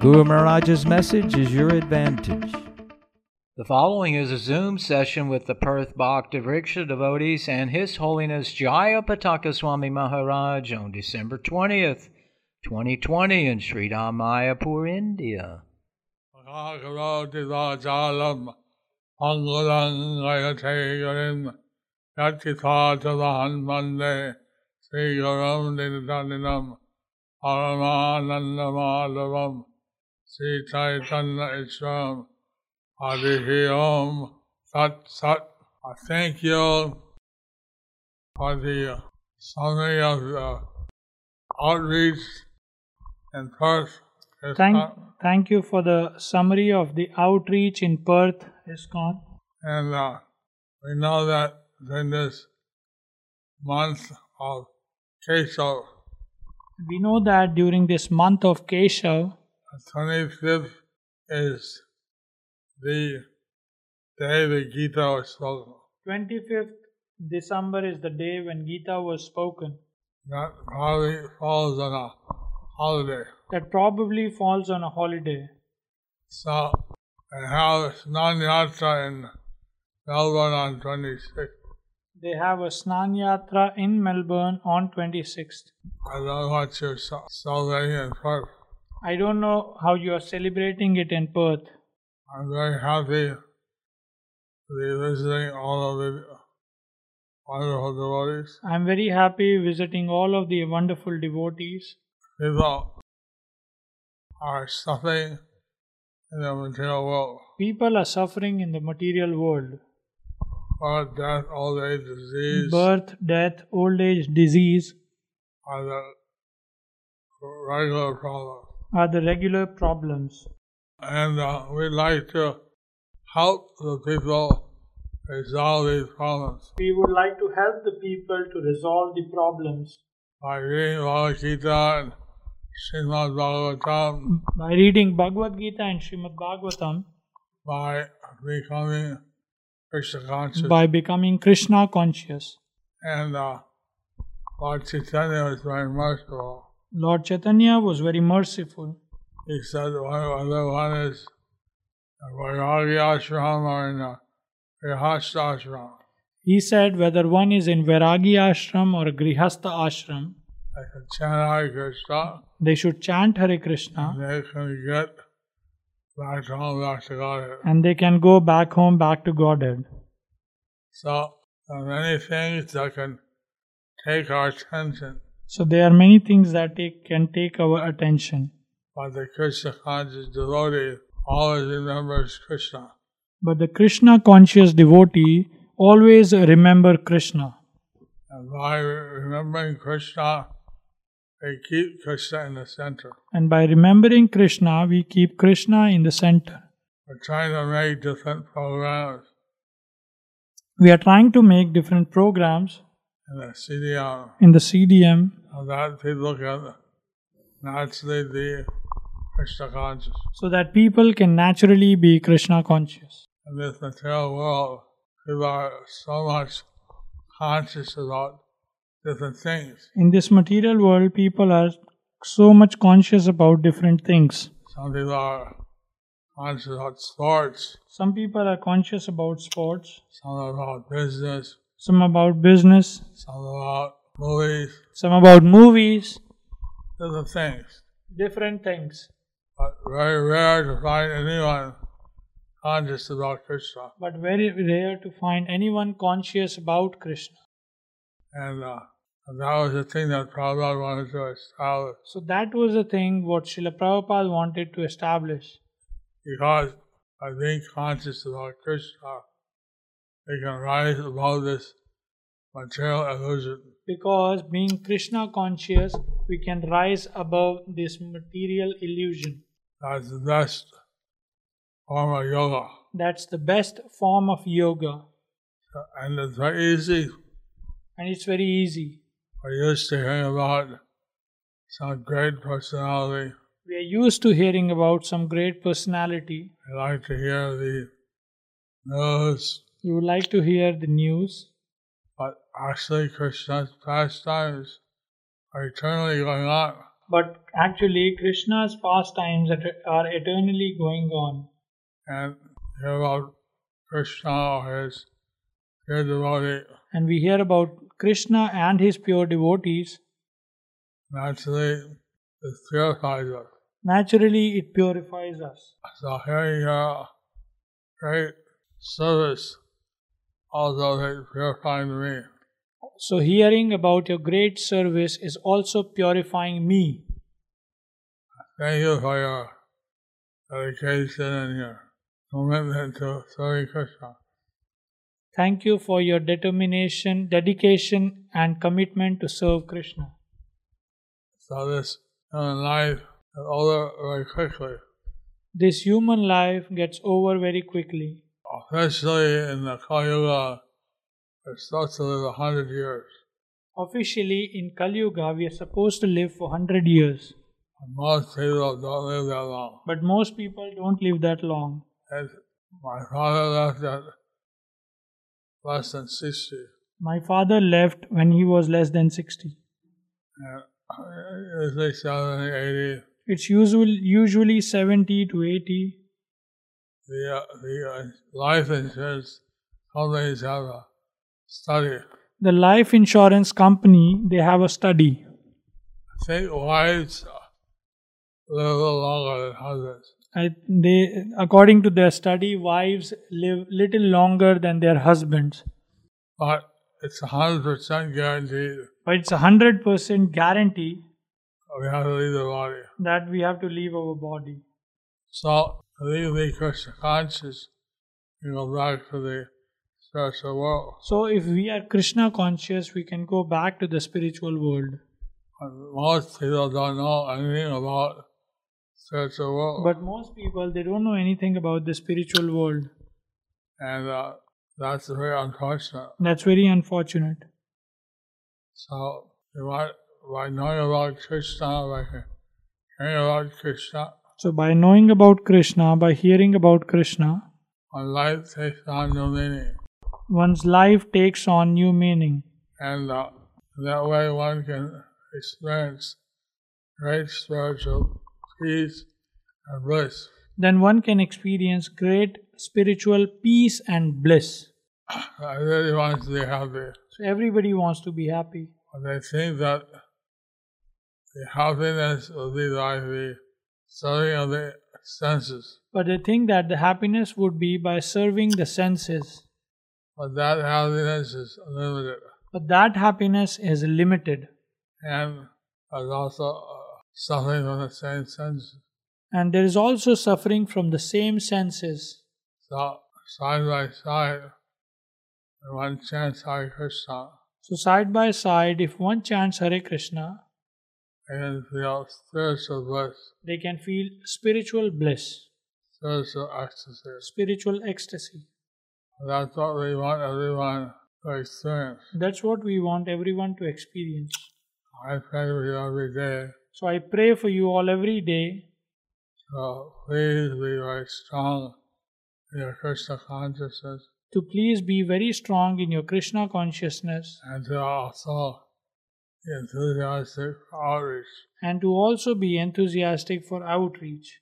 Guru Maharaj's message is your advantage. The following is a Zoom session with the Perth Bhakta Vriksha devotees and His Holiness Jaya Pataka Swami Maharaj on December 20th, 2020 in Sri Mayapur, India. Sagaratidachalam Angulangayategarim Yatithatadahanmande Srigaram Niditaninam Paramanandamalavam Sri Chaitanya Ishram Adihi Om Sat Sat I thank you for the summary of the outreach and first is Thank, not- thank you for the summary of the outreach in Perth, ISKCON. And uh, we know that in this month of Keshav, We know that during this month of Keshav, the 25th is the day the Gita was spoken. 25th December is the day when Gita was spoken. That probably falls on a holiday. That probably falls on a holiday. So, and how Snan Yatra in Melbourne on 26th. They have a Snan Yatra in Melbourne on 26th. I don't know what you're ce- celebrating in Perth. I don't know how you are celebrating it in Perth. I'm very happy to be visiting all of the wonderful devotees. I'm very happy visiting all of the wonderful devotees. People are suffering in the material world People are suffering in the material world. for death, old age, disease, birth, death, old age, disease are the regular problem. are the regular problems. And uh, we like to help the people resolve these problems We would like to help the people to resolve the problems by reading Bhagavad Gita and Srimad Bhagavatam. by reading Bhagavad Gita and Srimad Bhagavatam, by becoming Krishna conscious. by becoming Krishna conscious. and uh, Lord Chaitanya was very merciful. Lord Chaitanya was very merciful. He said "Why- whether one is in Vairagi ashram or in a Grihastha ashram, He said whether one is in Vairagi ashram or Grihastha ashram, they can chant Hare Krishna they should chant Hare Krishna and they can get back home, back to Godhead. and they can go back home, back to Godhead. So there are many things that can take our attention, So there are many things that take, can take our attention. but the Krishna conscious devotee always remembers Krishna. But the Krishna conscious devotee always remember Krishna. And by remembering Krishna, they keep Krishna in the center. And by remembering Krishna, we keep Krishna in the center. We're trying to make different programs We are trying to make different programs in the CDR in the CDM so that people can naturally be Krishna conscious. so that people can naturally be Krishna conscious. In this material world, people are so much conscious about different things. In this material world, people are so much conscious about different things. Some people are conscious about sports, Some people are conscious about sports, some about business, some about business, some about movies, some about movies, different things. different things. but Uh, very rare to find anyone conscious about Krishna. But very rare to find anyone conscious about Krishna. And uh, that was the thing that Prabhupada wanted to establish So that was the thing what Srila Prabhupada wanted to establish. because by being conscious about Krishna, we can rise above this material illusion. Because being Krishna conscious, we can rise above this material illusion. That's the best form of yoga. That's the best form of yoga, And it's very easy. and it's very easy. I used to hearing about some great personality. We are used to hearing about some great personality. I like to hear the news, You would like to hear the news, but actually Krishna's pastimes are eternally going on. but actually, Krishna's pastimes that are eternally going on. And hear about Krishna or his dear devotee. And we hear about Krishna and his pure devotees. Naturally, it purifies us. Naturally, it purifies us. So here you are, uh, great service, although they purifying me. So, hearing about your great service is also purifying me. Thank you for your dedication and your commitment to serving Krishna. Thank you for your determination, dedication, and commitment to serve Krishna. So this human life is over very quickly. This human life gets over very quickly. Officially in the Kali Yuga, it's supposed to live a hundred years. Officially, in Kali Yuga, we are supposed to live for 100 years, And most people don't live that long. but most people don't live that long. And my father left at less than sixty. My father left when he was less than 60. And uh, usually 70, 80, It's usual, usually 70 to 80. the, uh, the uh, life insurance companies have a study. The life insurance company, they have a study. Think wives live a little longer than husbands. I, they, according to their study, wives live little longer than their husbands. But it's 100% guaranteed But it's a 100% guarantee we have to leave the body. that we have to leave our body. So, leave the Krishna conscious and go back to the spiritual world. So, if we are Krishna conscious, we can go back to the spiritual world. And most people don't know anything about spiritual world. But most people, they don't know anything about the spiritual world. and uh, that's very unfortunate. That's very unfortunate. So, you might, by knowing about Krishna, by hearing about Krishna, So, by knowing about Krishna, by hearing about Krishna, my life takes on new meaning. one's life takes on new meaning. And uh, that way one can experience great spiritual peace and bliss. Then one can experience great spiritual peace and bliss. I really want to be happy. So, everybody wants to be happy. And I think that the happiness will be like the serving of the senses. But they think that the happiness would be by serving the senses. But that happiness is limited. But that happiness is limited. And there's also uh, suffering from the same senses. And there is also suffering from the same senses. So, side by side, and one chants Hare Krishna. So, side by side, if one chants Hare Krishna, and feel spiritual bliss, they can feel spiritual bliss, spiritual ecstasy. spiritual ecstasy. That's what we want everyone to experience. That's what we want everyone to experience. I pray with you every day, So, I pray for you all every day so please be very strong in your Krishna consciousness to please be very strong in your Krishna consciousness and to also be enthusiastic for outreach. and to also be enthusiastic for outreach.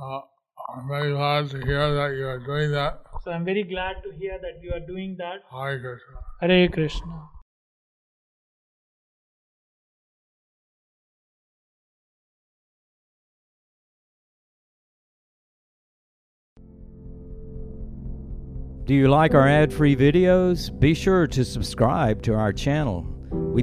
Uh, I'm very glad to hear that you are doing that. So, I'm very glad to hear that you are doing that. Hare Krishna. Hare Krishna. Do you like our ad free videos? Be sure to subscribe to our channel. We